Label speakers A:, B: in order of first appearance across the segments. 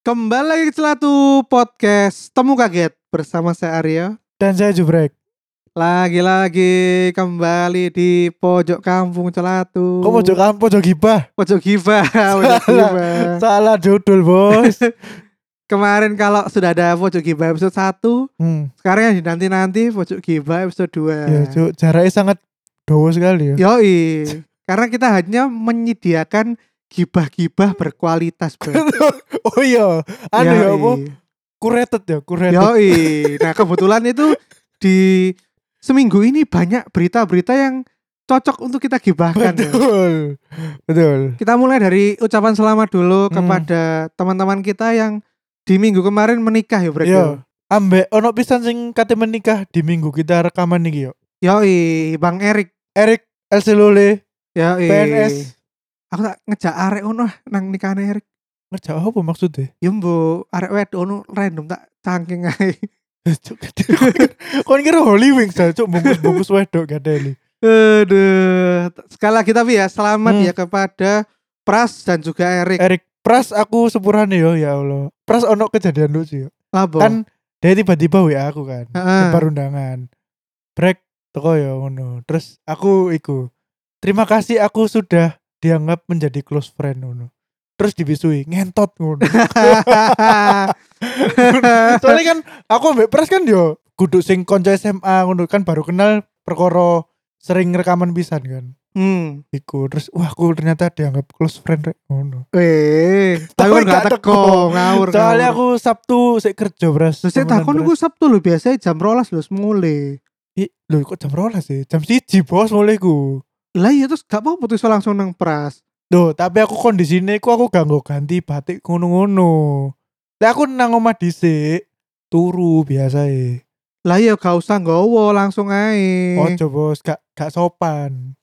A: Kembali lagi ke Celatu Podcast Temu Kaget bersama saya Aryo
B: Dan saya Jubrek.
A: Lagi-lagi kembali di pojok kampung Celatu
B: Kok pojok kampung pojok gibah?
A: Pojok gibah Pojok gibah
B: Salah judul, Bos.
A: Kemarin kalau sudah ada pojok gibah episode 1
B: hmm.
A: Sekarang yang nanti-nanti pojok gibah episode 2
B: Ya, Cuk, jaraknya sangat dowo sekali ya.
A: Yoi Karena kita hanya menyediakan gibah-gibah berkualitas bro.
B: oh iya, anu ya apa?
A: Yoi.
B: Curated ya, curated.
A: Yoi. Nah kebetulan itu di seminggu ini banyak berita-berita yang cocok untuk kita
B: kan,
A: gibahkan. ya.
B: Betul. Betul.
A: Kita mulai dari ucapan selamat dulu
B: Hmm.
A: kepada teman-teman kita yang di minggu kemarin menikah ya
B: Yo.
A: mereka.
B: Ambek ono pisan sing kate menikah di minggu kita rekaman ya. niki yo.
A: Yoi, Bang Erik.
B: Erik LC Lule,
A: Yoi.
B: PNS.
A: Aku tak ngejak arek ono nang nikahan Erik.
B: Ngerja apa maksudnya?
A: Ya mbo, arek wedok ono random tak cangking ae.
B: Cuk, gitu. Kon kira Holy Wings ya, cuk bungkus-bungkus wedok gak ada ini.
A: Aduh, sekali lagi tapi ya selamat
B: Hmm. Eh,
A: ya kepada Pras dan juga Erik.
B: Erik, pras aku sepurane yo ya Allah. Pras ono kejadian lucu yo.
A: Labo.
B: kan dia tiba-tiba WA aku kan
A: Heeh.
B: nyebar undangan break toko ya ngono terus aku iku terima kasih aku sudah dianggap menjadi close friend ngono terus dibisui ngentot ngono soalnya kan aku ambek pres kan yo kudu sing konco SMA ngono kan baru kenal perkoro sering rekaman pisan kan
A: hmm.
B: iku terus wah aku ternyata dianggap close friend rek ngono
A: Eh, tapi kan gak
B: Tapi gak
A: teko
B: teko.
A: ngawur.
B: soalnya aku Sabtu sik kerja beras
A: terus saya takon gue Sabtu lho biasanya jam rolas lho semule.
B: lho kok jam rolas sih jam siji bos mulai ku
A: Lah iya terus gak apa-apa terus langsung nang Pras.
B: Duh, tapi aku kondisine iku aku gak nggo ganti batik ngono-ngono. Lah aku nang omah dhisik, turu biasae.
A: Lah iya gak usah nggowo langsung ae.
B: Ojo bos, gak gak sopan.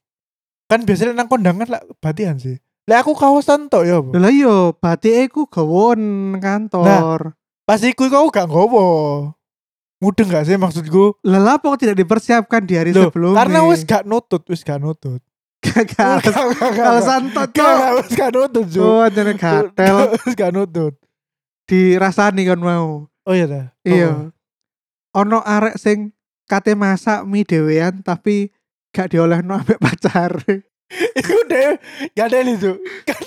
B: Kan biasanya nang kondangan lah batian sih. Lah aku kawasan tok ya, Bos.
A: Lah iya batike ku gawon kantor.
B: Pas iku iku aku gak nggowo. Mudeng gak sih maksudku?
A: Lah lah kok tidak dipersiapkan di hari
B: Nah. Loh,
A: sebelumnya?
B: karena wis gak nutut, wis gak nutut.
A: gagal.
B: Gak- gak- gak- gak-
A: Alasan tot.
B: Gak,
A: Cok.
B: gak, wis gak nutut, Cuk.
A: Oh, jadi gatel
B: Wis gak nutut.
A: dirasani kan mau.
B: Oh iya dah.
A: Iya.
B: Oh.
A: Ono arek sing kate masak mie dhewean tapi gak diolehno ambek pacar.
B: Iku deh, gak ada itu. Kan,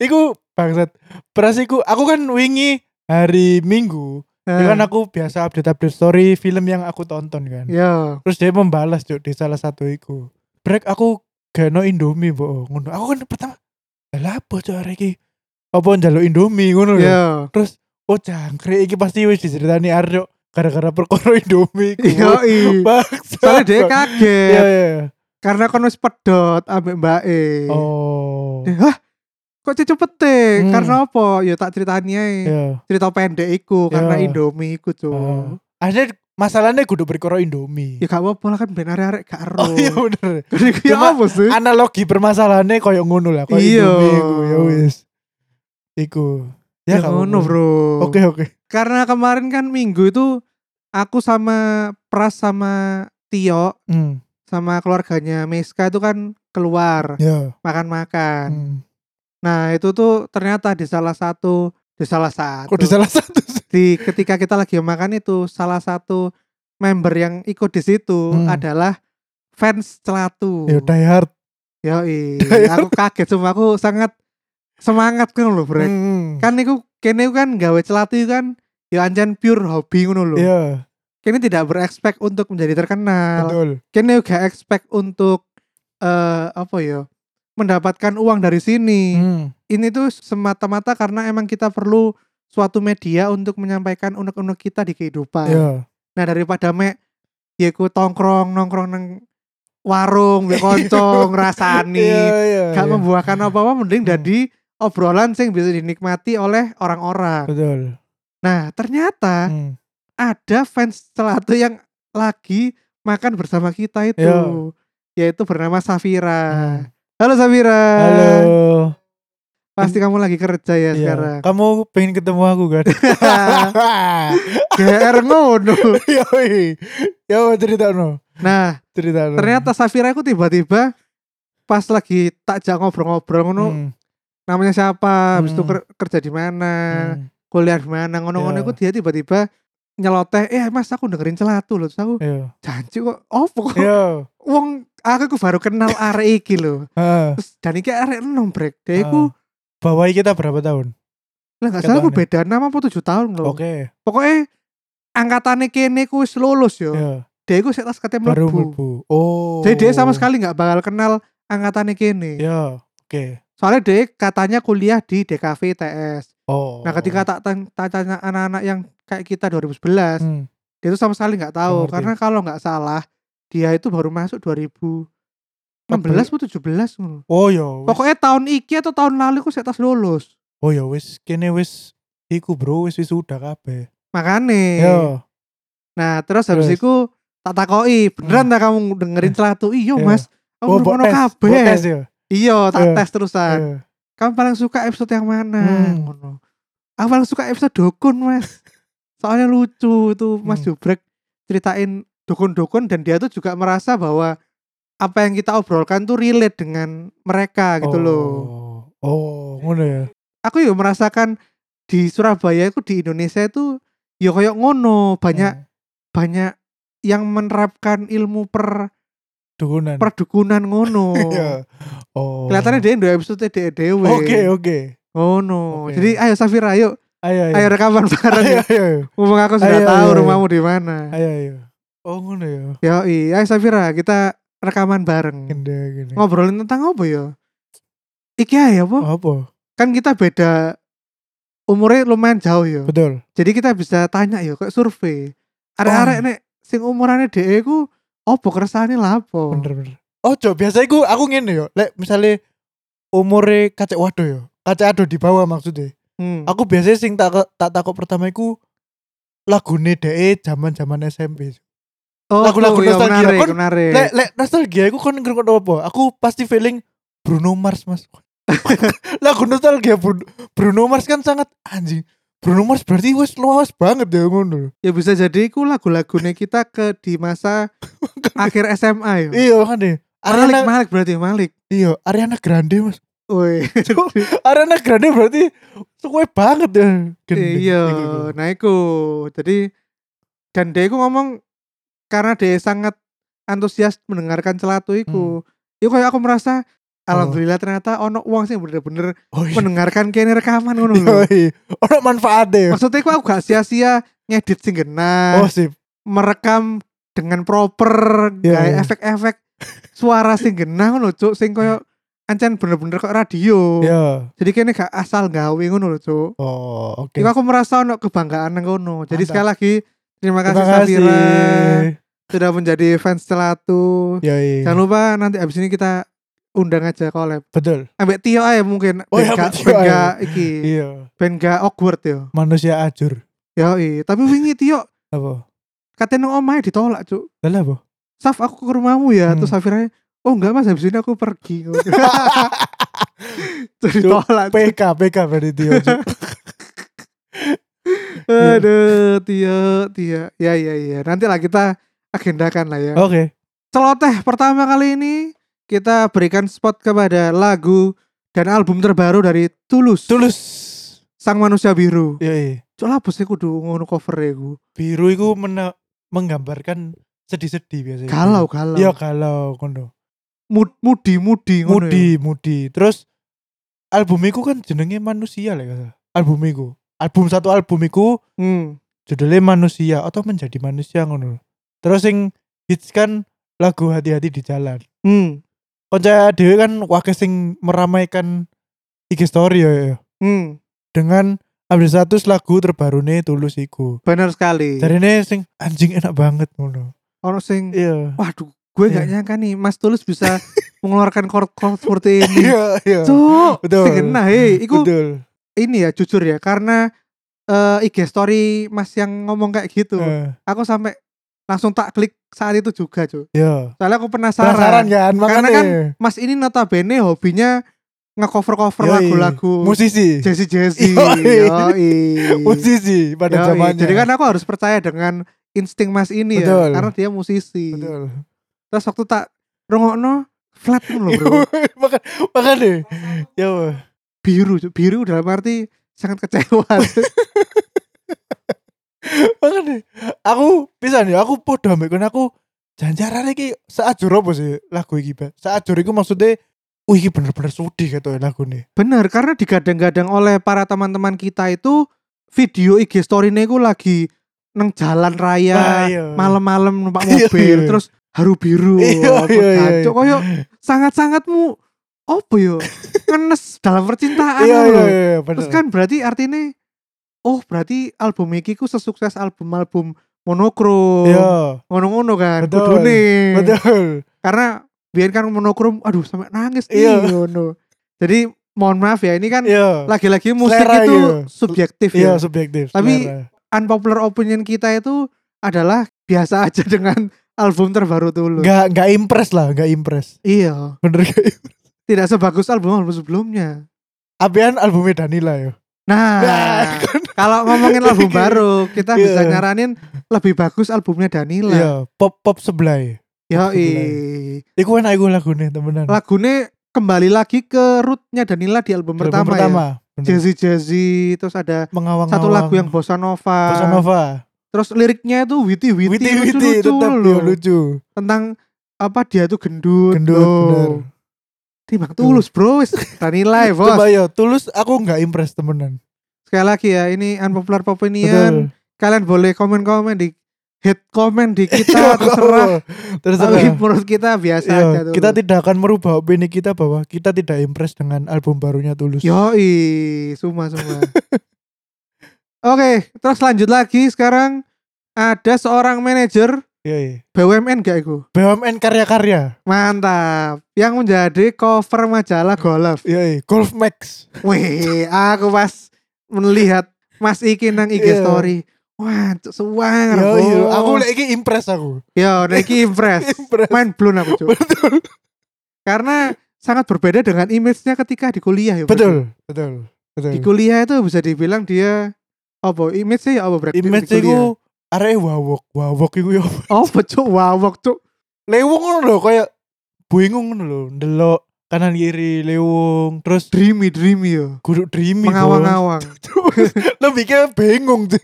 B: iku bangsat. Peras iku, aku kan wingi hari Minggu. Ya
A: Eh.
B: kan aku biasa update-update story film yang aku tonton kan.
A: Iya. Yo.
B: Terus dia membalas cuk di salah satu iku. Brek aku geno Indomie, Mbok. Ngono. Aku kan pertama, "Lah apa cuk arek iki? Apa njaluk Indomie ngono lho.
A: Yo.
B: Terus oh jangkrik iki pasti wis diceritani Aryo gara-gara perkara Indomie iku.
A: Yo.
B: Bangsat.
A: Iya. Soalnya dia
B: Iya,
A: kaget
B: iya.
A: karena kon wis pedot ambek mbake.
B: Oh.
A: Eh, Hah? Kok cucu pete?
B: Hmm.
A: Karena apa? Ya tak ceritanya
B: Iya.
A: cerita pendek iku karena
B: Yo.
A: Indomie iku tuh.
B: Oh. Akhirnya masalahnya kudu berkoro Indomie.
A: Gitu. Ya gak apa-apa lah kan ben arek-arek gak ero.
B: Oh iya bener.
A: Kan iku ya
B: Cuma
A: apa sih?
B: Analogi permasalahannya koyo ngono lah, koyo
A: Iya.
B: Indomie iku ya wis. Iku.
A: Ya
B: gak
A: ngono,
B: apa-apa.
A: Bro.
B: Oke oke.
A: karena kemarin kan minggu itu aku sama Pras sama Tio
B: Hmm.
A: sama keluarganya Meska itu kan keluar
B: Ya.
A: makan-makan.
B: Hmm.
A: Nah itu tuh ternyata di salah satu di salah satu
B: Kok di salah satu sih?
A: di ketika kita lagi makan itu salah satu member yang ikut di situ
B: Hmm.
A: adalah fans celatu.
B: Ya die hard.
A: Yoi.
B: Die
A: aku kaget semua aku sangat semangat kan loh Brek.
B: Hmm.
A: Kan niku kene iku kan gawe celatu iku kan ya anjan pure hobi ngono loh.
B: Iya,
A: Kini tidak berekspek untuk menjadi terkenal.
B: betul.
A: Kini juga expect untuk eh apa ya? mendapatkan uang dari sini.
B: Hmm.
A: Ini tuh semata-mata karena emang kita perlu suatu media untuk menyampaikan unek-unek kita di kehidupan.
B: Iya.
A: Nah, daripada mek yaiku tongkrong nongkrong nang warung mek kanca
B: Iya,
A: ngrasani
B: iya.
A: gak
B: iya.
A: membuahkan apa-apa mending
B: Hmm.
A: jadi obrolan sing bisa dinikmati oleh orang-orang.
B: Betul.
A: Nah, ternyata
B: Hmm.
A: ada fans celatu yang lagi makan bersama kita itu
B: Yo.
A: yaitu bernama Safira.
B: Hmm.
A: Halo Safira.
B: Halo.
A: Pasti kamu lagi kerja ya
B: Iya.
A: sekarang.
B: Kamu pengen ketemu aku kan?
A: GR ngono.
B: Yoi. Yo cerita no.
A: Nah,
B: Cerita
A: ternyata Safira itu tiba-tiba pas lagi takjak ngobrol-ngobrol ngono
B: Hmm.
A: namanya siapa, habis itu
B: Hmm.
A: ker- kerja di mana,
B: Hmm.
A: kuliah di mana, ngono-ngono
B: Iya.
A: iku dia tiba-tiba nyeloteh, "Eh, Mas, aku dengerin celatu loh." Terus aku,
B: Iya.
A: "Janji kok opo kok?"
B: Iya.
A: Wong aku iku baru kenal arek iki loh.
B: Heeh.
A: Terus dan iki arek enom brek.
B: Ah,
A: Dia iku
B: Ya Bawahi kita berapa tahun?
A: lah enggak salah aku
B: Ketane.
A: beda nama apa 7 tahun loh.
B: Oke.
A: Pokoknya angkatannya kene ku wis lulus yo.
B: Iya.
A: Dia iku sik tas kate
B: Baru
A: mlebu.
B: mlebu. Oh.
A: Jadi dia sama sekali nggak bakal kenal angkatannya kene.
B: Iya. Oke.
A: Soalnya dia katanya kuliah di DKV TS.
B: Oh.
A: Nah ketika tak tan- tak tanya anak-anak yang kayak kita 2011,
B: Hmm.
A: dia itu sama sekali nggak tahu.
B: Ngerti.
A: Karena kalau nggak salah, dia itu baru masuk 2016 atau 17. ngono.
B: Oh yo.
A: Pokoknya tahun iki atau tahun lalu aku setas lulus.
B: Oh ya wis kene wis iku bro wis wis udah kabeh.
A: Makane.
B: Yo.
A: Nah terus habis
B: Terus.
A: itu tak takoi beneran tak kamu dengerin
B: Eh.
A: celatu iyo
B: Iya.
A: mas
B: Oh,
A: aku
B: buat
A: ngono
B: tes. Buat tes
A: kabeh Ah,
B: ya.
A: iyo tak
B: Iya.
A: tes terusan
B: Iya.
A: kamu paling suka episode yang mana?
B: Hmm.
A: Ngono. Aku paling suka episode dukun mas. Soalnya lucu itu Mas
B: Hmm.
A: Jubrek ceritain dukun-dukun dan dia tuh juga merasa bahwa apa yang kita obrolkan tuh relate dengan mereka gitu loh.
B: Oh, oh, ngono ya.
A: Aku ya merasakan di Surabaya itu di Indonesia itu ya kayak ngono
B: Hmm.
A: banyak banyak yang menerapkan ilmu per
B: dukunan.
A: perdukunan ngono.
B: Kan. Iya. Oh.
A: Kelihatannya dia dua episode dewe.
B: Oke, oke.
A: Ngono.
B: Oke.
A: Jadi ayo Safira ayo
B: Ayo, ayo.
A: ayo rekaman bareng
B: ayo,
A: ya.
B: ayo.
A: Mumpung aku sudah
B: Ayo,
A: tahu
B: ayo, ayo.
A: rumahmu di mana.
B: Ayo, ayo. Oh, ngono ya.
A: Yo, iya, Safira, kita rekaman bareng.
B: Gede, gede.
A: Ngobrolin tentang apa ya? Iki ae apa?
B: Apa?
A: Kan kita beda umurnya lumayan jauh ya.
B: Betul.
A: Jadi kita bisa tanya ya kayak survei. Arek-arek
B: Oh.
A: nek sing umurannya dhek iku apa keresahane lapo?
B: Bener, bener. Oh, cok, biasanya ku aku ngene yo. Lek misale umure kacek waduh yo. Kacek aduh di bawah maksudnya.
A: Hmm.
B: Aku biasanya sing tak tak takok pertama iku lagune dhek zaman-zaman SMP.
A: Oh,
B: lagu-lagu
A: iya,
B: nostalgia,
A: menarik,
B: kan?
A: menarik.
B: Lek lek nostalgia aku kan ngerungokno apa? Aku pasti feeling Bruno Mars, Mas. Lagu nostalgia Bruno, Bruno Mars kan sangat anjing. Bruno Mars berarti wes luas banget ya ngono.
A: Ya bisa jadi iku lagu-lagune kita ke di masa akhir SMA ya.
B: Iya kan deh.
A: Malik,
B: Ariana
A: Malik berarti Malik.
B: iya, Ariana Grande, Mas.
A: Woi.
B: Ariana Grande berarti suwe banget ya. Gendeng.
A: iya
B: Iku, iku.
A: nah iku jadi dan dia iku ngomong karena dia sangat antusias mendengarkan celatu iku
B: Hmm.
A: iku kayak aku merasa alhamdulillah ternyata ono uang sih bener-bener
B: Oh iya.
A: mendengarkan kene rekaman ngono
B: Iya,
A: lho
B: iya. Ono manfaatnya. ya.
A: maksudnya aku, aku gak sia-sia ngedit sing genah
B: Oh sip.
A: merekam dengan proper
B: Iya,
A: gawe
B: iya.
A: efek-efek suara sing genah ngono cuk sing koyo ancen bener-bener kok radio
B: Iya.
A: jadi kene gak asal gawe ngono lho cuk
B: Oh, oke.
A: Iku aku merasa ono kebanggaan nang kono. Jadi
B: Mantap.
A: sekali lagi terima kasih
B: Terima
A: Safira sudah menjadi fans Celatu.
B: Iya, iya.
A: Jangan lupa nanti abis ini kita undang aja collab.
B: Betul.
A: Ambek Tio aja mungkin
B: Oh iya,
A: Ben gak-
B: ambek Tio
A: ben
B: aja.
A: gak iki.
B: Iya.
A: Ben gak awkward yo.
B: Manusia ajur.
A: Yoi, tapi wingi Tio
B: Apa?
A: katanya nang omahe ditolak, Cuk.
B: Lah apa?
A: Saf aku ke rumahmu ya.
B: Hmm.
A: Terus Safira Oh enggak mas, habis ini aku pergi. Terus ditolak. "Eh, Cuk.
B: PK PK berarti ya, Tio Iya.
A: Aduh, Tio, Tio. Ya, ya, ya. Nanti lah kita agendakan lah ya.
B: Oke
A: Celoteh pertama kali ini kita berikan spot kepada lagu dan album terbaru dari Tulus.
B: Tulus
A: Sang Manusia Biru.
B: Iya, iya.
A: Cuk lapus sih kudu ngono cover ya, iku.
B: Biru itu mena- menggambarkan sedih-sedih biasanya
A: Galau galau.
B: Iya galau kono.
A: Mud- mudi mudi ngono ya.
B: Mudi mudi Terus album iku kan jenenge manusia lah kata Album iku Album satu album iku
A: Hmm.
B: judulnya manusia atau menjadi manusia ngono Terus sing hits kan lagu hati-hati di jalan
A: Hmm.
B: Konca Dewi kan wakil sing meramaikan IG story ya, ya, ya.
A: Hmm.
B: dengan update status lagu terbaru nih tulus iku.
A: Benar sekali.
B: Dari ini sing anjing enak banget ngono.
A: Ono sing
B: Iya.
A: waduh gue nggak
B: Iya.
A: nyangka nih Mas Tulus bisa mengeluarkan chord-chord seperti ini.
B: Iya, iya.
A: Cuk,
B: Betul.
A: sing genah hei, iku
B: Betul.
A: ini ya jujur ya karena eh, IG story Mas yang ngomong kayak gitu.
B: Eh,
A: aku sampai langsung tak klik saat itu juga cuy
B: Iya.
A: soalnya aku penasaran,
B: Penasaran
A: Karena
B: kan makanya.
A: kan mas ini notabene hobinya ngecover cover
B: Yoi.
A: lagu-lagu
B: musisi.
A: Jesse Jesse
B: Yoi.
A: yoi
B: Musisi pada
A: Yoi.
B: zamannya.
A: jadi kan aku harus percaya dengan insting mas ini
B: Betul.
A: ya karena dia musisi
B: betul.
A: terus waktu Iya.
B: Iya,
A: tak rungokno flat pun loh bro
B: Makan makan deh. Ya.
A: biru Cuk. biru dalam arti sangat kecewa Cuk.
B: Makanya aku pisan ya aku podo ambek kon aku janjaran iki saajur apa sih lagu iki, Pak? Saajur iku maksudnya Wih, iki bener-bener sudi gitu lagu nih.
A: bener karena digadang-gadang oleh para teman-teman kita itu video IG story nih lagi neng jalan raya malam-malam numpak
B: Iya,
A: mobil
B: iya.
A: terus haru biru
B: Iya,
A: apa
B: iya, iya,
A: kacau.
B: iya.
A: koyo anu sangat-sangatmu apa yo ngenes dalam percintaan
B: Iya,
A: lho.
B: iya, iya, bener.
A: terus kan berarti artinya oh berarti album iki ku sesukses album-album monokrom
B: Iya,
A: ngono-ngono kan
B: Betul.
A: kudune
B: betul.
A: karena biar kan monokrom aduh sampai nangis
B: Iya.
A: nih ngono jadi mohon maaf ya ini kan
B: Iya.
A: lagi-lagi musik
B: Selera
A: itu
B: gitu.
A: subjektif ya
B: Iya, subjektif.
A: Tapi-
B: selera.
A: unpopular opinion kita itu adalah biasa aja dengan album terbaru Tulus.
B: nggak nggak impress lah, nggak impress.
A: Iya,
B: Bener gak?
A: tidak sebagus album-album sebelumnya.
B: Abian albumnya Danila ya.
A: Nah,
B: Nah,
A: kalau ngomongin album baru, kita
B: Iya.
A: bisa nyaranin lebih bagus albumnya Danila.
B: Iya, pop pop sebelah. ya?
A: Yoi.
B: Iku enak iku lagune temenan.
A: Lagune kembali lagi ke rootnya Danila di album,
B: Album
A: pertama,
B: pertama.
A: ya.
B: bener.
A: Jazzy Jazzy, terus ada
B: Mengawang
A: satu lagu yang Bossa Nova.
B: Bossa Nova.
A: Terus liriknya itu witty witty,
B: Witi
A: lucu,
B: Witi
A: lucu,
B: tetap
A: loh.
B: ya, lucu.
A: tentang apa dia tuh gendut.
B: Gendut
A: loh.
B: bener.
A: Timbang tulus bro wis Danila ya, bos
B: Coba yo, tulus aku nggak impress temenan.
A: Sekali lagi ya Ini unpopular opinion Kalian boleh komen-komen di Hit komen di
B: Iya,
A: kita Terserah
B: Terus
A: Tapi menurut kita biasa aja Tulus.
B: Iya, kita tidak akan merubah opini kita bahwa kita tidak impress dengan album barunya Tulus.
A: Yoi Suma-suma Oke Terus lanjut lagi sekarang Ada seorang manajer
B: Iya, iya.
A: BUMN gak itu?
B: BUMN karya-karya.
A: Mantap Yang menjadi cover majalah Golf
B: Iya, iya. Golf Max.
A: Wih Aku pas Melihat Mas Iki nang IG
B: Iya.
A: story Wah, cuk, suar.
B: Iya, iya.
A: bos.
B: Aku lagi impress aku.
A: Ya, Nike impress.
B: Impress.
A: Main blown aku, Cuk. Karena sangat berbeda dengan image-nya ketika di kuliah ya. Bro.
B: Betul, betul. Betul.
A: Di kuliah itu bisa dibilang dia apa image-nya ya apa berarti?
B: Image iku
A: iya.
B: arek wawok, wawok iku yo.
A: oh, cuk, wawok cuk.
B: Lewung ngono lho kayak bingung ngono lho, ndelok kanan kiri lewung, terus
A: Dreamy, dreamy yo.
B: guduk dreamy. Bos.
A: Mengawang-awang.
B: Terus lebihnya kan bingung tuh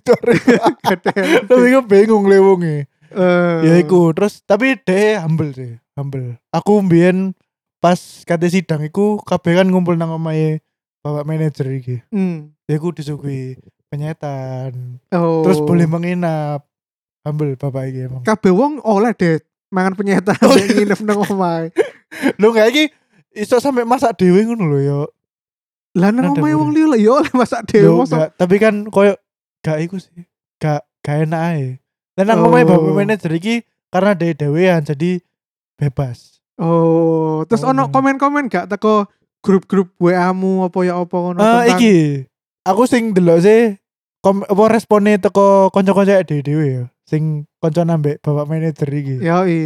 A: Kadang.
B: lebihnya kan bingung lewungnya
A: Eh,
B: ya iku terus tapi deh humble sih humble aku mbien pas kate sidang iku kabeh kan ngumpul nang omahe bapak manajer iki
A: hmm.
B: ya iku disuguhi penyetan
A: Oh.
B: terus boleh menginap humble bapak iki emang
A: kabeh wong oleh deh mangan penyetan
B: Oh,
A: yang nginep nang omahe.
B: lo nggak iki iso sampe masak dhewe ngono lho ya
A: Lah nang
B: Ada
A: omahe
B: boleh.
A: wong liya lah, ya oleh masak
B: Yo,
A: dhewe mosok.
B: nggak, tapi kan koyo gak iku sih gak gak enak ae dan nang
A: Oh.
B: omahe bapak manajer iki karena dhewe dhewean jadi bebas
A: Oh, terus
B: Oh.
A: ono komen-komen gak teko grup-grup WA-mu apa ya apa ngono
B: Eh
A: tentang
B: iki aku sing delok sih kom apa responnya teko kanca-kanca dhewe dhewe ya sing kanca nambek bapak manajer iki.
A: Iya. Yoi.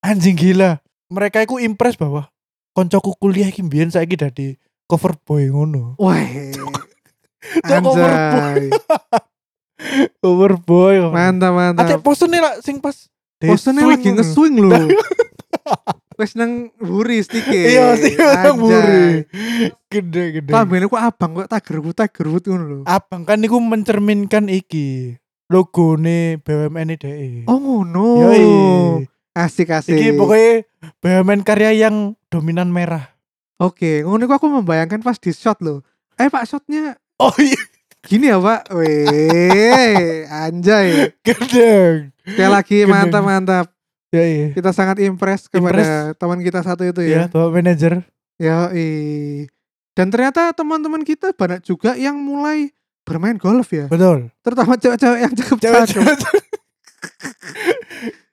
B: Anjing gila. Mereka iku impress bahwa kancaku kuliah iki mbiyen saiki dadi cover boy ngono.
A: Wah. Anjay.
B: Cover boy.
A: Mantap mantap.
B: Ate posene lah sing pas
A: Bosennya
B: swing
A: lagi
B: ngono.
A: nge-swing lho. Wes nang buri sedikit.
B: Iya, sing nang buri. Gede-gede.
A: Tambahane ku abang kok tager ku tager wut ngono lho.
B: Abang kan niku mencerminkan iki logone BUMN DE.
A: Oh ngono.
B: E. iya. Yoi.
A: Asik asik.
B: Iki pokoknya BUMN karya yang dominan merah.
A: Oke, ngono ku aku membayangkan pas di shot lho. Eh Pak shotnya
B: Oh iya,
A: gini ya Pak. Weh, anjay.
B: gendeng.
A: Sekali lagi
B: Gendeng.
A: mantap mantap.
B: Ya iya.
A: kita sangat impress kepada teman kita satu itu ya.
B: Ya, bapak manajer.
A: Ya,
B: Iya.
A: i. Dan ternyata teman-teman kita banyak juga yang mulai bermain golf ya.
B: Betul.
A: Terutama cewek-cewek yang cakep-cakep.
B: Cewek-cewek.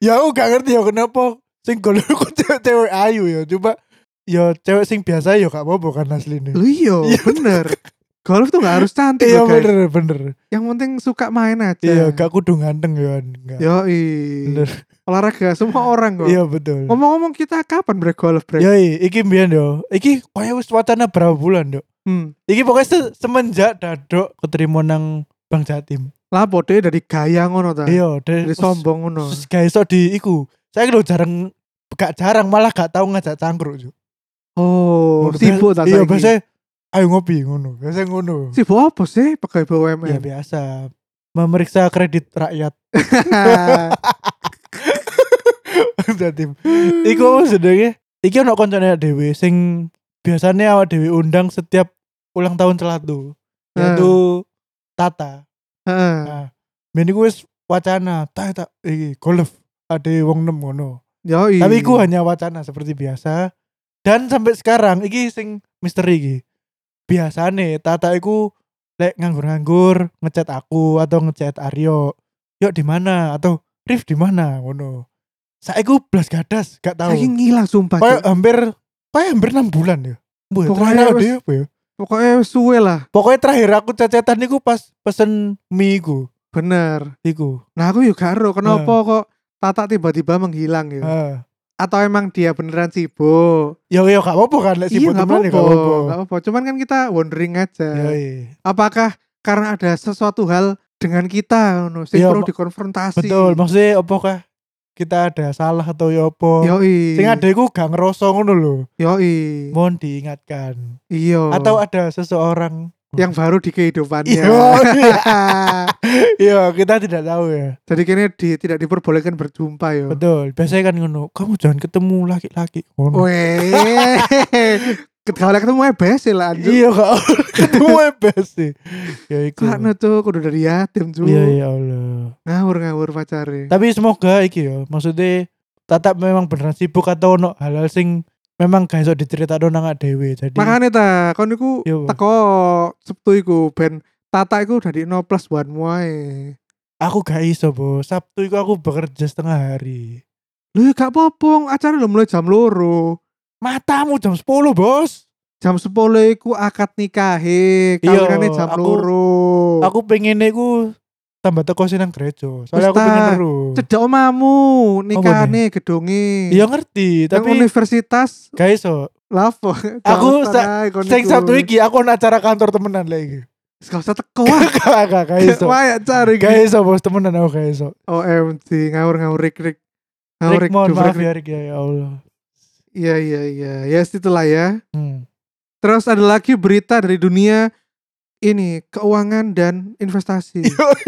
B: ya aku gak ngerti ya kenapa sing golol kok cewek-cewek ayu ya. Coba ya cewek sing biasa ya gak apa-apa kan asline.
A: Lu iyo,
B: Iya.
A: bener. Golf tuh gak harus cantik
B: Iya
A: loh, guys.
B: bener bener.
A: Yang penting suka main aja.
B: Iya gak kudu ganteng ya. Enggak.
A: Yo, i.
B: Bener.
A: Olahraga semua orang kok.
B: Iya betul.
A: Ngomong-ngomong kita kapan break golf break?
B: Ya iya, iki mbiyen yo. Iki kaya wis wacana berapa bulan, Dok?
A: Hmm.
B: Iki pokoknya se- semenjak dadok keterima nang Bang Jatim.
A: Lah bode dari gaya ngono ta.
B: Iya, dari
A: Dari Kan? sombong ngono.
B: Terus gak iso di iku. Saya kira jarang gak jarang malah gak tahu ngajak cangkruk. Cuk.
A: Oh,
B: Menurut
A: sibuk
B: saya-
A: ta
B: Iya,
A: saiki?
B: biasanya ayo ngopi ngono biasa ngono
A: Si bawa apa sih pegawai
B: ya
A: BUMN?
B: biasa memeriksa kredit rakyat Dadi Iku sedengi Iki ono koncone dhewe sing biasanya awak dhewe undang setiap ulang tahun celatu.
A: Nah.
B: Yaitu Tata.
A: Heeh.
B: Nah, ben iku wis wacana, tak tak iki golf ada wong nem ngono.
A: Yoi.
B: Tapi iku hanya wacana seperti biasa. Dan sampai sekarang iki sing misteri iki. Biasane Tata iku lek nganggur-nganggur ngechat aku atau ngechat Aryo. Yuk di mana atau Rif di mana ngono. Saiku blas gadas, gak tahu.
A: Saking ngilang sumpah.
B: Kayak
A: Cuk.
B: hampir kayak hampir 6 bulan ya. Mbak,
A: Pokoknya
B: terakhir aku
A: wes-
B: dia apa ya?
A: Pokoknya suwe lah,
B: Pokoknya terakhir aku cecetan niku pas pesen mie iku.
A: bener.
B: Iku.
A: Nah aku juga karo kenapa kok Tata tiba-tiba menghilang ya?
B: Heeh.
A: Atau emang dia beneran sibuk?
B: Ya ya gak apa-apa kan lek
A: iya
B: sibuk
A: nggak
B: temenan ya
A: apa-apa,
B: gak
A: nggak
B: apa-apa.
A: apa-apa. Cuman kan kita wondering
B: Ya,
A: aja.
B: iya.
A: Apakah karena ada sesuatu hal dengan kita, no, sing
B: Iya,
A: perlu
B: mak-
A: dikonfrontasi?
B: Betul, maksudnya apa kah? Kita ada salah atau ya apa?
A: Yoi.
B: Sing ada iku gak ngerasa ngono lho.
A: Yoi.
B: Mohon diingatkan.
A: Iya.
B: Atau ada seseorang
A: yang baru di kehidupannya.
B: Iya. Iya, kita tidak tahu ya.
A: Jadi kini di, tidak diperbolehkan berjumpa yo.
B: Betul. Oh, iya, Biasanya kan ngono, kamu jangan ketemu laki-laki ngono.
A: Weh. Kalau ketemu ae bes ya lah anjir.
B: Iya kak Ketemu MPS sih Ya iku
A: Karena tuh kudu dari yatim tuh.
B: Iya ya Allah
A: Ngawur-ngawur pacare.
B: Tapi semoga iki ya Maksudnya Tatap memang beneran sibuk atau ono hal-hal sing Memang gak iso diceritakan nang awake dhewe Jadi
A: Makanya ta, kon iku
B: Iya, Bang.
A: teko Sabtu iku ben Tata iku dari no plus one muai.
B: aku gak iso bo Sabtu iku aku bekerja setengah hari
A: Lu ya gak apa-apa, acara lo mulai jam loro.
B: Matamu jam 10 bos
A: Jam 10 iku akad nikahe,
B: Iya,
A: kawinane jam
B: aku-
A: loro.
B: Aku pengen iku Tambah teko sih nang gereja Soalnya aku
A: Ustaz,
B: pengen terus
A: cedek omamu nikahane gedonge.
B: Oh, Iya
A: Nang
B: ngerti Tapi
A: universitas
B: gak iso
A: Lapo.
B: Aku Sing Sabtu iki aku ono acara kantor temenan lagi
A: Gak usah teko ah.
B: Gak gak gak iso
A: Wah, ya cari
B: Gak iso bos temenan aku gak iso
A: OMG ngawur ngawur rik rik. Ngawur
B: Rick mohon
A: duf,
B: maaf
A: rik.
B: ya Rick ya, ya Allah
A: Iya iya iya. Ya yes, itulah ya.
B: hmm.
A: Terus ada lagi berita dari dunia ini keuangan dan investasi.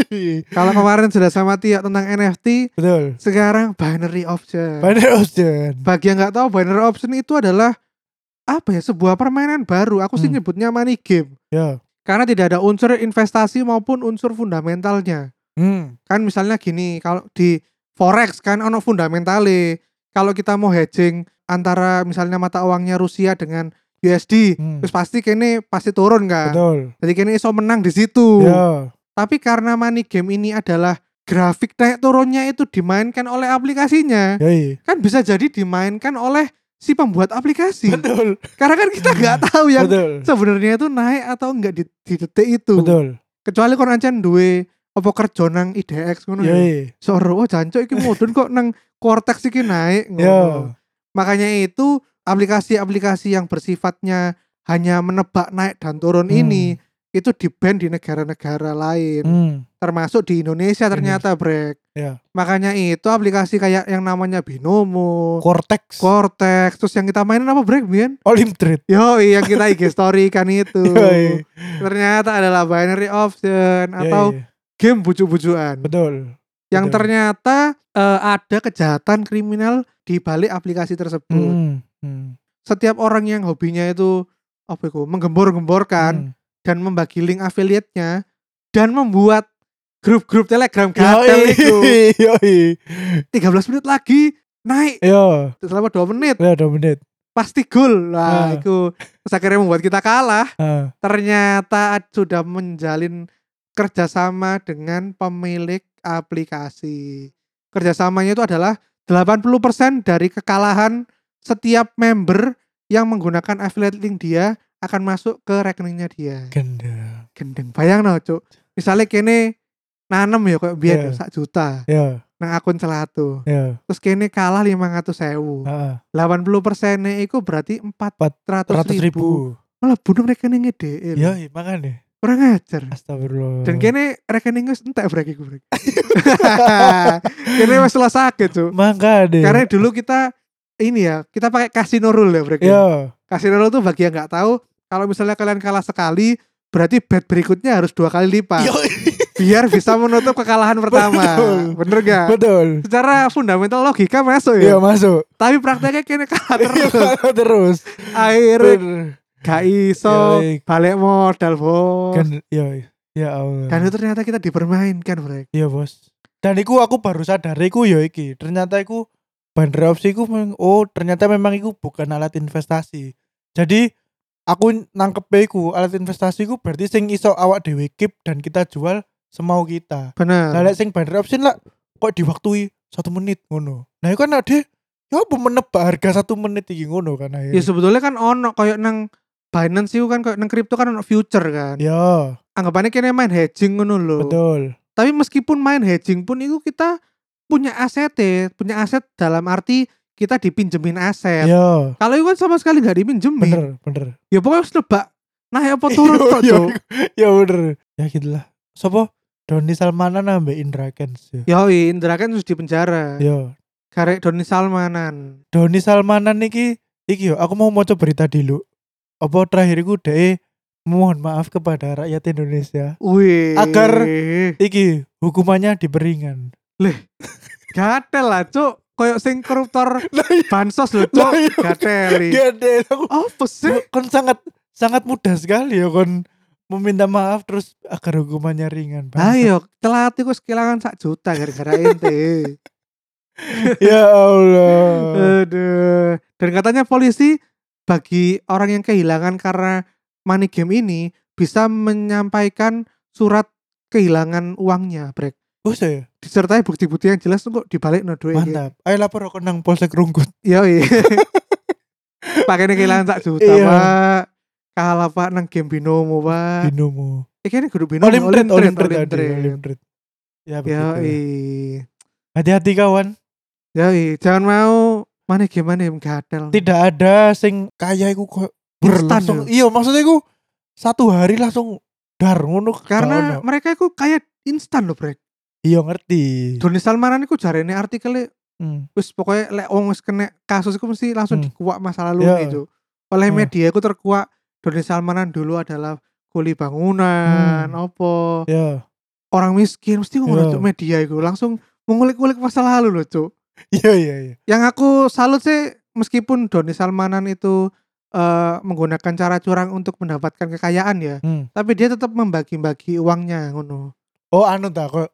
A: Kalau kemarin sudah sama Tia tentang NFT,
B: Betul
A: sekarang binary option.
B: Pada Ocean
A: Bagi yang nggak tahu binary option itu adalah apa ya sebuah permainan baru. Aku sih
B: Hmm.
A: nyebutnya money game
B: Ya
A: karena tidak ada unsur investasi maupun unsur fundamentalnya.
B: hmm.
A: kan misalnya gini kalau di forex kan ono fundamentale kalau kita mau hedging antara misalnya mata uangnya Rusia dengan USD
B: Hmm.
A: terus pasti kene pasti turun kan
B: Betul
A: jadi kene iso menang di situ
B: Ya
A: tapi karena money game ini adalah grafik naik turunnya itu dimainkan oleh aplikasinya
B: Yoi
A: kan bisa jadi dimainkan oleh si pembuat aplikasi
B: Betul
A: karena kan kita nggak tahu yang
B: Betul
A: sebenarnya itu naik atau enggak di, di detik itu
B: Betul
A: kecuali kon ancen duwe apa kerja nang IDX ngono ya.
B: Yoi
A: Soro, oh jancuk iki mudun kok nang korteks iki naik.
B: Ya
A: ngono. Makanya itu aplikasi-aplikasi yang bersifatnya hanya menebak naik dan turun
B: Hmm.
A: ini itu di-ban di negara-negara lain,
B: hmm.
A: termasuk di Indonesia ternyata Brek.
B: Ya.
A: Makanya itu aplikasi kayak yang namanya Binomo,
B: Cortex
A: Cortex, terus yang kita mainin apa Brek, Bian?
B: Olim Trade
A: Yo, yang kita IG story kan itu.
B: Yoi
A: ternyata adalah binary option atau
B: Yoi.
A: game bujuk-bujukan
B: Betul
A: yang
B: Betul.
A: ternyata eh, ada kejahatan kriminal di balik aplikasi tersebut.
B: hmm. Hmm.
A: Setiap orang yang hobinya itu apa itu menggembor-gemborkan
B: Hmm.
A: dan membagi link affiliate-nya dan membuat grup-grup Telegram gatel
B: Yoi
A: itu
B: Yoi
A: 13 menit lagi naik
B: Yo
A: selama 2 menit
B: Ya udah menit
A: pasti gol lah
B: Ah.
A: itu Terus akhirnya membuat kita kalah
B: Ah.
A: ternyata sudah menjalin kerjasama dengan pemilik aplikasi. Kerjasamanya itu adalah 80% dari kekalahan setiap member yang menggunakan affiliate link dia akan masuk ke rekeningnya dia.
B: Ganda
A: Gendeng. Bayang no, Cuk. Misalnya kene nanem ya kayak biar
B: Iya.
A: sak juta
B: Ya
A: nang akun celatu.
B: Ya
A: Terus kene kalah 500 sewu.
B: Ah.
A: 80% nya itu berarti 400
B: 100
A: ribu.
B: ribu Iya.
A: Malah bunuh rekeningnya DE. lho.
B: Yoi makanya
A: Kurang ajar.
B: Astagfirullah
A: Dan kene rekening wis entek brek iku brek. kene wis salah sakit, Cuk.
B: Makanya
A: Karena dulu kita ini ya, kita pakai kasino rule ya brek.
B: Ya
A: Kasino rule tuh bagi yang nggak tahu, Kalau misalnya kalian kalah sekali, berarti bet berikutnya harus dua kali lipat.
B: Yoi.
A: Biar bisa menutup kekalahan pertama.
B: Iya. Betul.
A: Bener gak?
B: Betul.
A: Secara fundamental logika masuk ya.
B: Iya masuk.
A: Tapi prakteknya kayaknya kalah
B: Iya,
A: terus.
B: terus.
A: Akhirnya gak iso
B: Yoi.
A: balik modal bos.
B: Iya, Kan iya ya Allah.
A: Dan itu ternyata kita dipermainkan brek.
B: Iya bos. Dan iku aku baru sadar iku ya iki. Ternyata iku bandar opsi iku meng- oh ternyata memang iku bukan alat investasi. Jadi aku nangkep iku alat investasi iku berarti sing iso awak dhewe keep dan kita jual semau kita. Lah
A: Bener.
B: lek sing bandar opsi lah kok diwaktui satu menit ngono. Nah iku kan ade ya apa menebak harga satu menit iki ngono kan
A: Ya
B: akhirnya.
A: sebetulnya kan ono kayak nang Binance itu kan kayak nang kripto kan ono future kan.
B: Ya,
A: Anggapannya kayaknya main hedging ngono loh.
B: betul.
A: Tapi meskipun main hedging pun itu kita punya aset ya, punya aset dalam arti kita dipinjemin aset.
B: Ya,
A: Kalau itu kan sama sekali nggak dipinjemin.
B: bener, bener.
A: Ya pokoknya harus nebak naik apa turun
B: Iya,
A: tok,
B: iya,
A: Cuk.
B: ya bener ya gitulah sopo Doni Salmanan ambek Indra Kens ya
A: Yoi, Indra kan terus di penjara.
B: yo
A: Karek Doni Salmanan.
B: Doni Salmanan iki iki yo aku mau maca berita dulu apa terakhir iku dhek mohon maaf kepada rakyat Indonesia
A: Wih.
B: Agar- iki hukumannya diperingan
A: gatel lah, Cuk. Koyok sing koruptor
B: lah iya,
A: bansos lho,
B: lah
A: Cuk.
B: iya,
A: Gateli.
B: gede aku
A: Apa sih?
B: kon sangat sangat mudah sekali ya kon meminta maaf terus agar hukumannya ringan Bang.
A: Ayo, iya, telat iku wis kehilangan sak juta gara-gara ente.
B: ya Allah
A: Aduh. Dan katanya polisi bagi orang yang kehilangan karena money game ini bisa menyampaikan surat kehilangan uangnya, Brek.
B: Wes ya
A: Disertai bukti-bukti yang jelas kok dibalik no duit.
B: mantap ayo lapor aku nang Polsek Rungkut
A: Iya, iya. Pakainya kehilangan sak juta,
B: Iya.
A: Pak. Kalah, Pak, nang game binomo, Pak.
B: binomo
A: Eh, kayaknya kudu binomo.
B: Olim Trade, Olim
A: Olim
B: Trade,
A: Trade.
B: Olim Trade. Ya
A: Yoi.
B: begitu. Hati-hati kawan,
A: Yoi. Jangan mau money game, money game gatel.
B: tidak ada sing kaya iku kok berlangsung. Iya, maksudnya iku satu hari langsung dar ngono gak
A: Karena
B: ono.
A: mereka itu kayak instan loh, Brek.
B: iya ngerti.
A: Doni Salmanan iku jarene artikelnya
B: Hmm.
A: wis pokoknya lek wong wis kena kasus iku mesti langsung
B: Hmm.
A: dikuak masa lalu
B: Ya.
A: gitu. Oleh
B: Hmm.
A: media iku terkuak Doni Salmanan dulu adalah kuli bangunan,
B: Hmm.
A: opo,
B: Ya.
A: orang miskin mesti
B: Ya.
A: ngomong Cuk, media iku langsung mengulik-ulik masa lalu loh, Cuk.
B: Iya, iya, iya.
A: Yang aku salut sih meskipun Doni Salmanan itu eh, menggunakan cara curang untuk mendapatkan kekayaan ya,
B: Hmm.
A: tapi dia tetap membagi-bagi uangnya ngono.
B: Oh, anu ta kok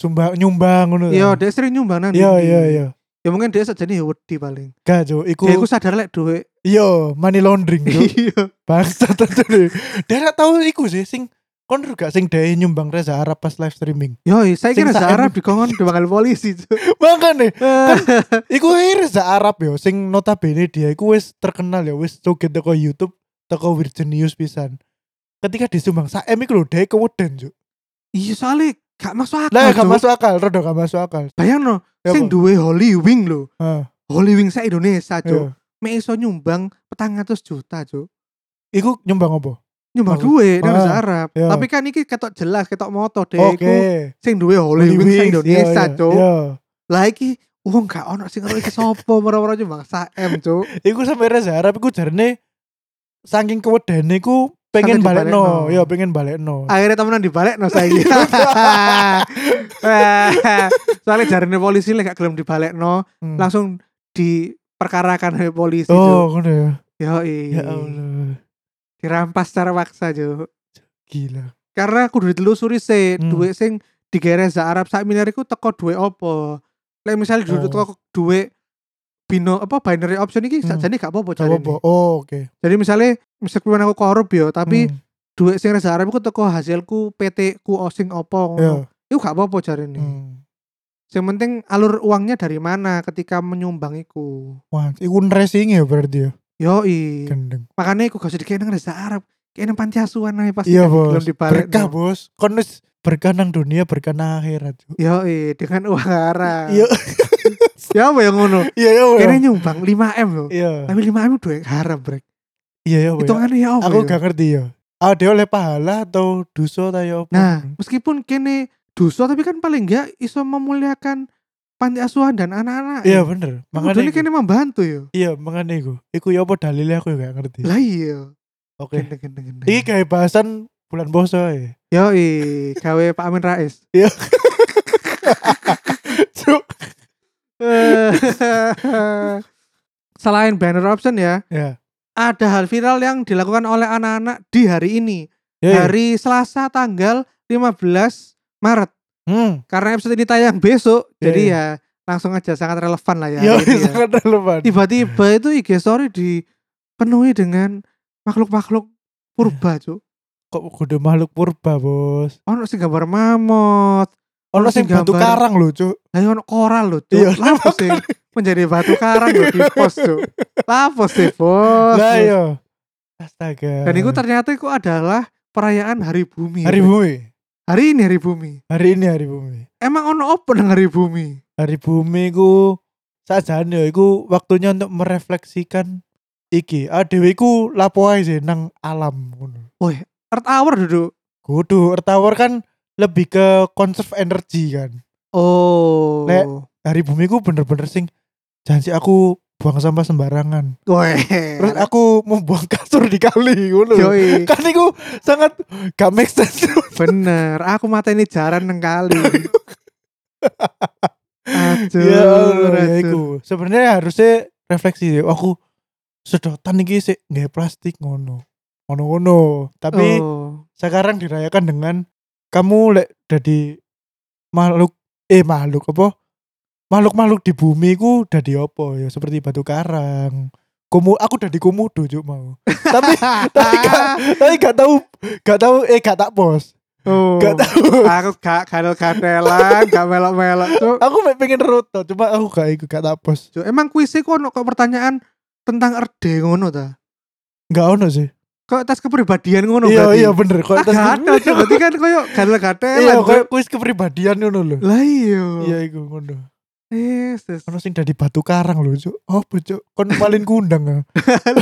B: sumbang nyumbang ngono. ta?
A: Iya, dia sering nyumbang nang
B: Iya,
A: ndi-ndi.
B: iya, iya.
A: Ya mungkin dia sajane ya wedi paling.
B: Gak, Jo, Ya, iku
A: Dia iku sadar lek duit
B: iya money laundering, Jo.
A: Iya.
B: Bangsat tentu. Dia gak tahu iku sih sing kon juga sing dhewe nyumbang Reza Arab pas live streaming.
A: Yoi, saya
B: Sing
A: kira
B: saen.
A: Zara dikongkon dipanggil polisi. Cuk.
B: Makane
A: Eh,
B: Iku ae Reza Arab yo sing notabene dia iku wis terkenal ya wis joget teko YouTube teko Virgin News pisan. Ketika disumbang sak M iku lho dhek keweden juk.
A: Iya soalnya gak masuk akal.
B: Lah gak
A: Cuk.
B: masuk akal, rada gak masuk akal.
A: Bayang no,
B: Ya
A: sing
B: apa? ya.
A: duwe Holy Wing lo.
B: Heeh.
A: Holy Wing saya Indonesia cuk.
B: Iya.
A: Mek iso nyumbang petang atus juta cuk.
B: Iku nyumbang apa?
A: Nyumbang
B: Maksud-
A: duwe
B: Ah,
A: nang bahasa Arab.
B: iya.
A: Tapi kan iki ketok jelas ketok moto deh.
B: Oke. iya, Ya,
A: iku Sing duwe Holy Wing saya Indonesia cuk. Lah iki wong gak ono sing ngerti iki sapa moro-moro nyumbang sak M cuk.
B: Iku sampe Reza Arab iku jarene saking kewedene iku pengen
A: Sampai dibalekno. Ah,
B: balekno, ya pengen balekno.
A: Akhirnya temenan dibalik no saya. soalnya jarene polisi lek gak gelem dibalik no.
B: Hmm.
A: langsung diperkarakan oleh polisi
B: Oh, ngono ya.
A: yo
B: Ya Allah.
A: dirampas secara paksa jo
B: Gila.
A: karena kudu ditelusuri se
B: Hmm.
A: duit sing digawe za Arab sak miliar iku teko duit opo lek misalnya dulu
B: Oh.
A: teko duit bino apa binary option iki
B: Hmm.
A: sakjane gak apa-apa
B: Gak
A: jarene.
B: apa-apa. Oh, oke.
A: jadi misalnya meskipun aku korup yo tapi
B: Hmm.
A: duit sing Reza Arab iku teko hasilku PT ku osing opo
B: ya.
A: ngono iku gak apa-apa jarene.
B: Hmm.
A: yang penting alur uangnya dari mana ketika menyumbang iku
B: Wah, iku racing ya berarti ya.
A: yoi
B: Gendeng.
A: makanya aku gak usah dikene nang desa Arab kene nang panti asuhan ae pasti
B: Iya
A: kan
B: bos.
A: belum dibalik
B: Berkah bos. Kon wis berkah nang dunia berkah nang akhirat. Cuk.
A: yo dengan uang Arab
B: Iya
A: ya apa yang ngono
B: iya iya. bos.
A: kene nyumbang 5 m loh
B: Iya
A: tapi 5 m duit haram brek
B: iya iya. bos.
A: hitungannya ya apa
B: Aku
A: ya?
B: gak ngerti ya. Ah dia oleh pahala atau dosa ta ya apa?
A: nah meskipun kene dosa tapi kan paling enggak iso memuliakan panti asuhan dan anak-anak
B: Iya bener.
A: makanya
B: Makanya
A: kene membantu yo
B: iya makanya iku. Iku ya apa dalilnya aku ya gak ngerti.
A: lah iya
B: Oke.
A: Gendeng, gendeng, gendeng.
B: Iki kayak bahasan bulan boso ya.
A: Yoi, gawe Pak Amin Rais.
B: Cuk.
A: Eh. Selain banner option ya,
B: Ya.
A: ada hal viral yang dilakukan oleh anak-anak di hari ini.
B: Ya, ya.
A: Hari Selasa tanggal 15 Maret.
B: Hmm.
A: Karena episode ini tayang besok,
B: Iya,
A: jadi
B: iya.
A: ya langsung aja sangat relevan lah ya.
B: Ya,
A: hari ini ya.
B: sangat relevan.
A: Tiba-tiba itu IG story dipenuhi dengan makhluk-makhluk purba, Cuk.
B: Kok kudu makhluk purba, Bos?
A: Ono sing gambar mamot,
B: Ono
A: Ono
B: sing
A: sing
B: batu
A: gambar.
B: karang lho, Cuk.
A: Lah ono koral lho,
B: Iya,
A: Cuk. Lapo sih menjadi batu karang lho di pos, Cuk. Lapo sih, Bos?
B: Lah iya. yo. Nah, Astaga.
A: Dan itu ternyata itu adalah perayaan hari bumi.
B: hari bumi.
A: Hari ini hari bumi.
B: Hari ini hari bumi.
A: Emang ono apa nang hari bumi?
B: Hari bumi ku sajane yo iku waktunya untuk merefleksikan iki. Ah dhewe iku lapo ae sih nang alam ngono.
A: Earth hour duduk.
B: Kudu Earth Hour kan lebih ke conserve energy kan.
A: Oh.
B: Lek. Hari bumi ku bener-bener sing janji aku buang sampah sembarangan.
A: Weh.
B: Terus aku membuang kasur di kali ngono. lho.
A: Yoi,
B: Kan iku sangat gak make sense.
A: bener. Aku mata ini jaran nang kali. Aduh,
B: ya, Allah, ya
A: aduh.
B: iku. Sebenarnya harusnya refleksi sih. Aku sedotan iki sik nggak plastik ngono. Ngono-ngono. Tapi
A: Oh.
B: sekarang dirayakan dengan kamu lek jadi makhluk eh makhluk apa? Makhluk-makhluk di bumi ku dadi apa ya seperti batu karang. Kumu aku dadi komodo juk mau. tapi tapi gak, tapi gak tahu gak tahu eh gak tak post.
A: Oh.
B: Gak tahu.
A: Aku gak kadel-kadelan, gak melok-melok. Cuk.
B: Aku mek pengen roto cuma aku gak iku gak tak post.
A: Cuk, Emang kuisnya kok ono kok pertanyaan tentang erde ngono ta?
B: Gak ono sih.
A: Kok tes kepribadian ngono
B: iya
A: berarti?
B: iya bener kok
A: Ah, gak ada Cuk. berarti kan koyo
B: iya
A: gatel-gatelan.
B: kayak kuis kepribadian ngono lho
A: Lah iya. Eh,
B: iya iku ngono
A: Yesus.
B: ono sing dari batu karang lho cuk apa cuk kon malin kundang ya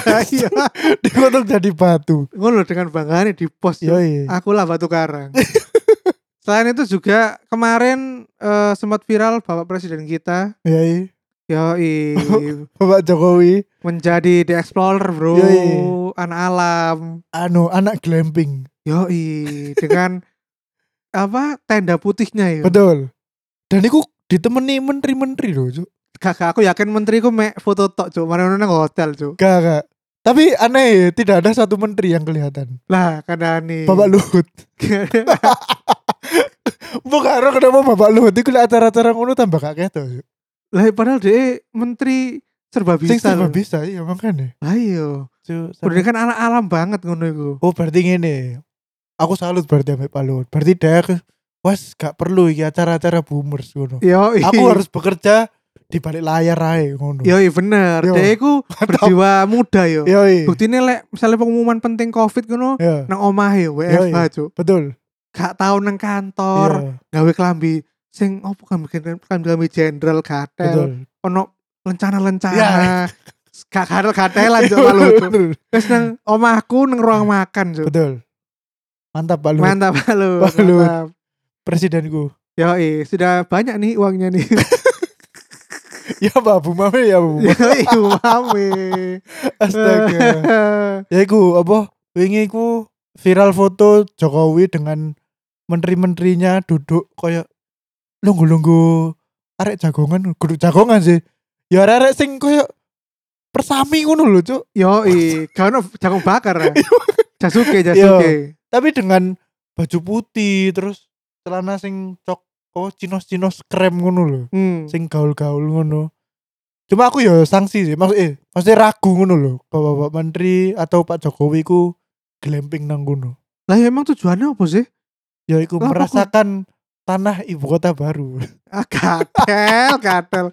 A: Lah iya.
B: dikotok jadi batu
A: Ngono dengan bangganya di pos. Cuk.
B: iya iya
A: Aku lah batu karang. Selain itu juga kemarin eh, sempat viral Bapak Presiden kita
B: iya iya
A: yoi
B: Bapak Jokowi
A: menjadi the explorer bro,
B: Yoi.
A: anak alam.
B: anu anak glamping
A: Yoi dengan apa tenda putihnya ya.
B: betul dan iku ditemani menteri-menteri lho cuk
A: Gak, gak, aku yakin menteriku mek foto tok cuk, mari nang hotel cuk.
B: gak gak tapi aneh ya, tidak ada satu menteri yang kelihatan
A: Lah karena nih.
B: Bapak Luhut Bukan kenapa Bapak Luhut Itu acara-acara ngono tambah gak ketok Cuk.
A: lah padahal dia menteri serba
B: Sing
A: bisa.
B: serba
A: loh.
B: bisa iya makanya
A: Lah iya.
B: Cuk, sama-
A: Berarti kan anak alam banget ngono iku.
B: Oh berarti gini Aku salut berarti sama Pak Luhut Berarti dia ke- Wes gak perlu ya acara-acara boomers ngono.
A: Yo,
B: Aku harus bekerja di balik layar aja ngono.
A: Yo, bener.
B: Yo. Iya,
A: Dia iku berjiwa muda yo.
B: Yoi.
A: Buktinya lek misalnya pengumuman penting Covid ngono
B: Ya,
A: nang omah yo WFH cuk.
B: betul.
A: Gak tau nang kantor,
B: Iya,
A: gawe klambi sing opo klambi klambi klambi jenderal
B: betul.
A: gatel. Ono lencana-lencana.
B: Ya.
A: Gak gatel gatelan cuk
B: Iya,
A: malu cuk.
B: betul.
A: Terus nang omahku nang ruang makan cuk.
B: Betul. Mantap Pak Luhut.
A: Mantap lu.
B: Pak Luhut.
A: Mantap.
B: Presidenku.
A: Yoi, sudah banyak nih uangnya nih.
B: ya Pak Bumame ya Bu.
A: Yoi, mame.
B: Astaga. ya iku apa? Wingi iku viral foto Jokowi dengan menteri-menterinya duduk koyo lunggu-lunggu arek jagongan, guduk jagongan sih. Ya arek-arek sing koyo persami ngono lho, Cuk.
A: Yoi, kau jagung bakar. ya? Jasuke, Jasuke.
B: Tapi dengan baju putih terus celana sing cok oh cinos-cinos krem ngono lho.
A: Hmm.
B: Sing gaul-gaul ngono. Cuma aku ya sanksi sih, maksud eh maksudnya ragu ngono lho. Bapak-bapak menteri atau Pak Jokowi ku glamping nang ngono.
A: Lah ya emang tujuannya apa sih?
B: yaitu
A: Lah,
B: merasakan tanah ibu kota baru.
A: Ah, katel, katel.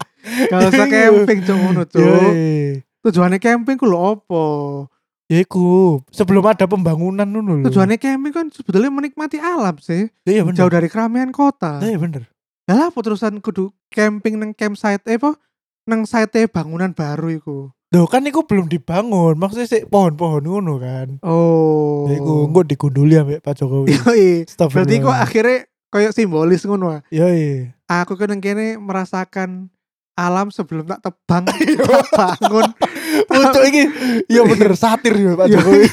A: Gak usah camping cuk ngono cuk.
B: Yoi.
A: Tujuannya camping ku lho apa? Hmm.
B: Yaiku sebelum ada pembangunan dulu.
A: Tujuannya camping kan sebetulnya menikmati alam sih,
B: iya bener.
A: jauh dari keramaian kota.
B: Iya bener.
A: Lah apa terusan kudu camping nang campsite eh apa? Nang site bangunan baru iku.
B: Loh kan iku belum dibangun, maksudnya sih pohon-pohon ngono kan.
A: Oh. Iya.
B: Yaiku engko digunduli ambek Pak Jokowi.
A: Yoi.
B: Stop
A: Berarti kok akhirnya koyo simbolis ngono. ah.
B: Yoi.
A: Aku kan yang kene merasakan alam sebelum tak tebang
B: Iya.
A: tak bangun Iya,
B: Untuk ini Iya bener satir ya Pak Jokowi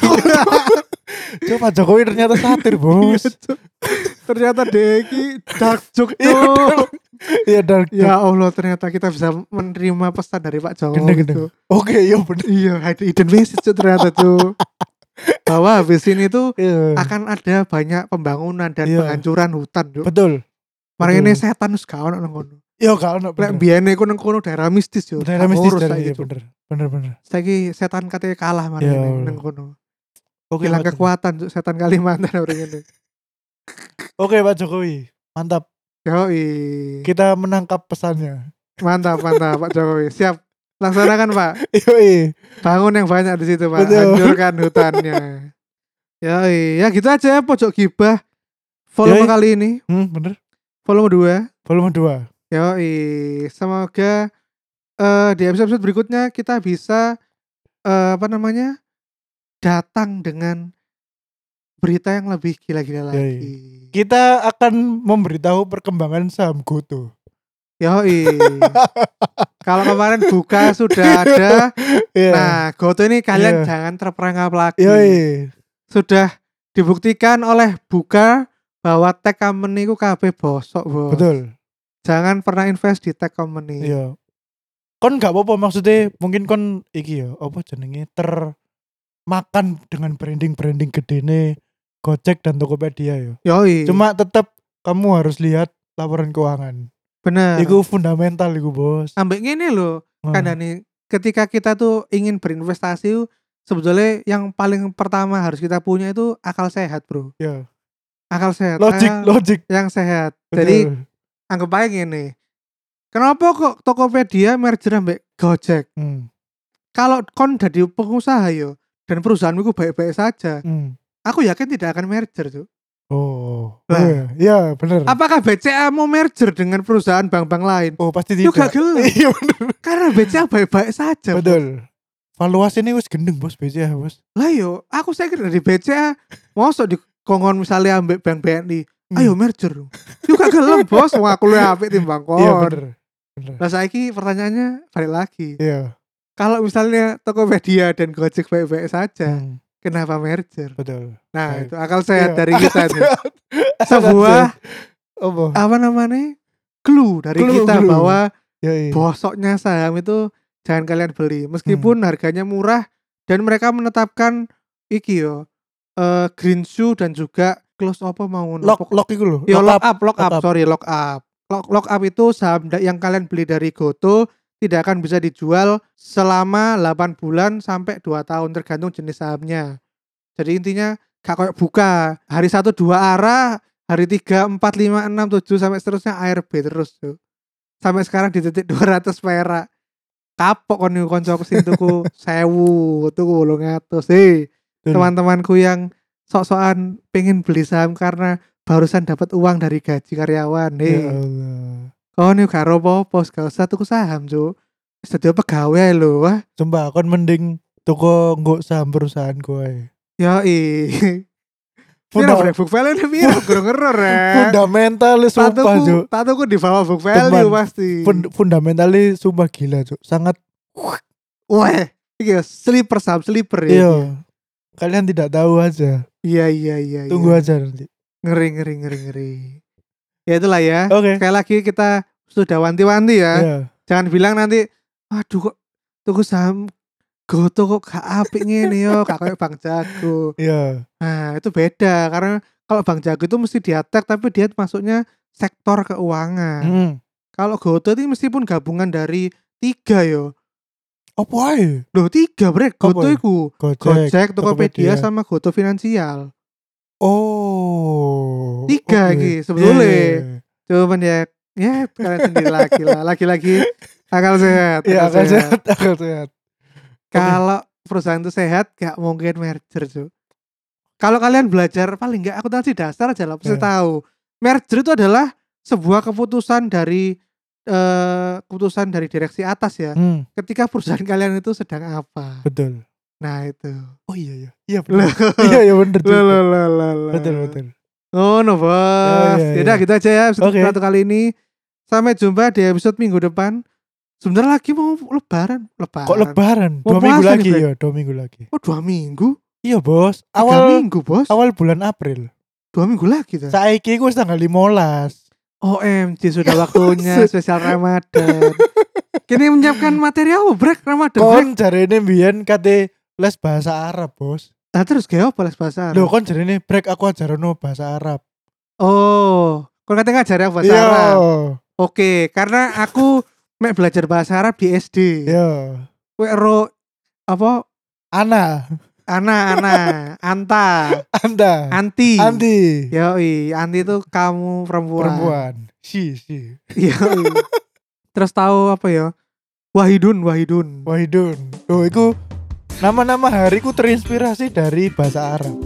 B: Coba Pak Jokowi ternyata satir bos
A: Iya, Cuk. ternyata Deki dark joke
B: Iya,
A: Cuk.
B: Iya dark joke.
A: ya Allah ternyata kita bisa menerima pesan dari Pak Jokowi
B: Gendeng-gendeng.
A: Cuk.
B: Oke iya bener
A: iya hidden message Cuk, ternyata tuh bahwa habis ini tuh
B: Iya.
A: akan ada banyak pembangunan dan
B: Iya.
A: penghancuran hutan Cuk.
B: Betul
A: Makanya
B: betul.
A: setan wis gak ono nang kono.
B: Iya gak ono
A: Lek
B: bener
A: biyene iku nang kono daerah mistis yo.
B: Daerah mistis
A: Urus
B: daerah
A: saiki,
B: iya
A: Cuk.
B: bener Bener bener
A: Saiki setan katanya kalah
B: Ya Allah.
A: makanya nang kono.
B: Oke
A: Hilang
B: Pak Jokowi.
A: kekuatan Cuk, setan Kalimantan orang ini.
B: Oke Pak Jokowi Mantap
A: Yoi.
B: Kita menangkap pesannya
A: Mantap, mantap Pak Jokowi. Siap. Laksanakan Pak.
B: Iya
A: Bangun yang banyak di situ Pak.
B: Betul.
A: Hancurkan hutannya. Yoi. Ya gitu aja ya pojok gibah. Volume
B: Yoi.
A: kali ini,
B: hmm, Bener
A: volume 2.
B: Volume 2
A: Yoi. Semoga eh di episode berikutnya kita bisa eh, apa namanya? datang dengan berita yang lebih gila-gila
B: Yoi.
A: lagi.
B: Kita akan memberitahu perkembangan saham Goto
A: Yoi. Kalau kemarin buka sudah ada.
B: Iya
A: Nah, Goto ini kalian
B: Iya.
A: jangan terperangkap lagi.
B: Yoi
A: Sudah dibuktikan oleh buka bahwa tech company ku kabeh bosok, Bos.
B: Betul
A: Jangan pernah invest di tech company.
B: Iya. Kon gak apa-apa maksudnya mungkin kon iki ya apa jenenge termakan dengan branding-branding gede Gojek dan Tokopedia ya.
A: Yoi.
B: Cuma tetap kamu harus lihat laporan keuangan.
A: bener.
B: Iku Hmm. fundamental iku, Bos.
A: Ambek ngene lho,
B: Kan
A: kandhane ketika kita tuh ingin berinvestasi sebetulnya yang paling pertama harus kita punya itu akal sehat, Bro.
B: ya.
A: Akal sehat.
B: Logic,
A: akal
B: logic.
A: yang sehat. Jadi
B: Betul.
A: anggap aja gini. Kenapa kok Tokopedia merger ambek Gojek?
B: Hmm,
A: kalau kon jadi pengusaha yo dan perusahaanmu itu baik-baik saja,
B: hmm.
A: aku yakin tidak akan merger tuh.
B: Oh.
A: Lah.
B: Iya, iya, bener.
A: Apakah BCA mau merger dengan perusahaan bank-bank lain?
B: Oh, pasti
A: Yo gak gitu.
B: tidak.
A: gelem.
B: Iya, bener.
A: Karena BCA baik-baik saja.
B: Betul. Valuasi ini wis gendeng, Bos, BCA, Bos.
A: Lah yo, aku saya kira dari BCA mosok di kongon misalnya ambek bank BNI,
B: Hmm.
A: ayo merger. dong. Yo gak gelem, Bos. Wong aku luwih apik timbang kon.
B: Iya, bener. Bener.
A: Oh. Lah saiki pertanyaannya balik lagi.
B: Iya.
A: Kalau misalnya Tokopedia dan Gojek baik-baik saja,
B: Hmm,
A: kenapa merger?
B: Betul.
A: Nah,
B: Baik.
A: itu akal sehat
B: Iya.
A: dari kita
B: Akal
A: tuh.
B: sehat.
A: Sebuah
B: apa?
A: apa namanya clue dari
B: Clue,
A: kita
B: clue.
A: bahwa
B: Ya, iya.
A: bosoknya saham itu jangan kalian beli meskipun
B: Hmm.
A: harganya murah dan mereka menetapkan iki yo eh, green shoe dan juga close apa mau
B: lock
A: nopo-
B: lock itu loh.
A: yo Iya, lock up lock
B: lock
A: up
B: up.
A: sorry lock up lock lock up itu saham da- yang kalian beli dari Goto tidak akan bisa dijual selama 8 bulan sampai 2 tahun tergantung jenis sahamnya jadi intinya gak kayak buka hari satu dua arah hari 3, 4, 5, 6, 7 sampai seterusnya ARB terus tuh. Sampai sekarang di titik 200 perak. Kapok kon niku kanca aku sing tuku 1000, tuku eh. 800. Hei,
B: Betul.
A: teman-temanku yang sok-sokan pengen beli saham karena barusan dapat uang dari gaji karyawan.
B: Ya
A: Hei,
B: Allah.
A: kon niku gak apa-apa, gak usah tuku saham, Cuk. Wis dadi pegawai lho. Wah,
B: Sumpah kon mending toko nggo saham perusahaan gue.
A: yo i. Pira
B: Funda,
A: book value ini pira kurang error ya.
B: fundamentalis sumpah Cuk.
A: Tatuku, tatuku di bawah book value
B: Teman.
A: pasti.
B: Fund- fundamentalis sumpah gila Cuk. Sangat
A: Wah, iki ya, sleeper saham sleeper ya.
B: iya. Kalian tidak tahu aja.
A: Iya iya iya.
B: Tunggu
A: iya.
B: aja nanti.
A: Ngeri ngeri ngeri ngeri. Ya itulah ya.
B: Oke.
A: Sekali lagi kita sudah wanti-wanti ya.
B: Iya.
A: Jangan bilang nanti, aduh kok tuku saham goto kok gak apik ngene yo, gak kayak Bang Jago.
B: Iya.
A: Nah, itu beda karena kalau Bang Jago itu mesti diatek tapi dia masuknya sektor keuangan.
B: Heeh.
A: Kalau Goto itu meskipun gabungan dari tiga yo.
B: Apa ae?
A: Loh, tiga brek
B: Apa
A: Goto
B: ya?
A: iku.
B: Gojek.
A: Gojek, Tokopedia,
B: Tokopedia.
A: sama Goto Finansial.
B: Oh.
A: Tiga
B: oke.
A: iki, sebetulnya.
B: Iya, iya, iya.
A: Cuman ya, ya kalian sendiri laki lah, laki-laki akal sehat.
B: Iya, akal sehat, akal sehat.
A: Kalau perusahaan itu sehat, gak mungkin merger cuy. Kalau kalian belajar paling nggak akuntansi dasar aja lah, pasti
B: Iya.
A: tahu. Merger itu adalah sebuah keputusan dari eh, keputusan dari direksi atas ya.
B: Hmm,
A: Ketika perusahaan kalian itu sedang apa?
B: betul.
A: Nah itu.
B: Oh iya iya. Iya
A: Loh,
B: benar. Iya iya benar.
A: loh, loh, loh, loh, loh.
B: Betul betul.
A: Oh no bos.
B: Ya, ya,
A: Yaudah
B: ya.
A: gitu aja ya episode
B: Oke.
A: satu kali ini. Sampai jumpa di episode minggu depan. sebentar lagi mau lebaran lebaran
B: Kok lebaran?
A: Mau
B: Dua minggu
A: puasa nih,
B: lagi
A: Bre.
B: ya, dua minggu lagi.
A: oh dua minggu
B: Iya bos,
A: tiga
B: awal
A: minggu bos
B: awal bulan April.
A: dua minggu lagi tuh
B: Iya. Saiki ku wis tanggal 15.
A: OMG sudah waktunya spesial Ramadan kini menyiapkan materi apa brek Ramadan brek
B: Kon jarene mbiyen kate les bahasa Arab bos.
A: nah, terus kayak apa les bahasa Arab
B: Lho kon jarene break aku ajarono bahasa Arab.
A: oh kau katanya ngajar aku bahasa
B: Iya.
A: Arab oke karena aku mek belajar bahasa Arab di SD
B: Iya.
A: Kowe ero apa
B: Ana,
A: Ana, Ana, Anta,
B: Anda,
A: Anti. ya,
B: Andi,
A: Yoi, Anti itu kamu perempuan.
B: perempuan. Si, si.
A: Yoi. Terus tahu apa ya? Wahidun, Wahidun.
B: Wahidun. Loh, iku nama-nama hariku terinspirasi dari bahasa Arab.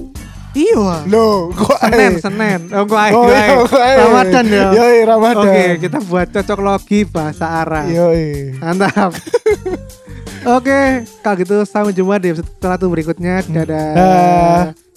A: Iya.
B: Loh, kok
A: Senen,
B: ae?
A: Senen. Oh, gue ae,
B: Oh,
A: gue ae.
B: iya, kok ae?
A: Ramadan ya.
B: Yoi, iya, Ramadan. Iya.
A: Oke, kita buat cocok logi bahasa Arab.
B: Yoi.
A: Mantap. Oke, kalau gitu sampai jumpa di episode satu berikutnya. Dadah.
B: Hmm. Dah.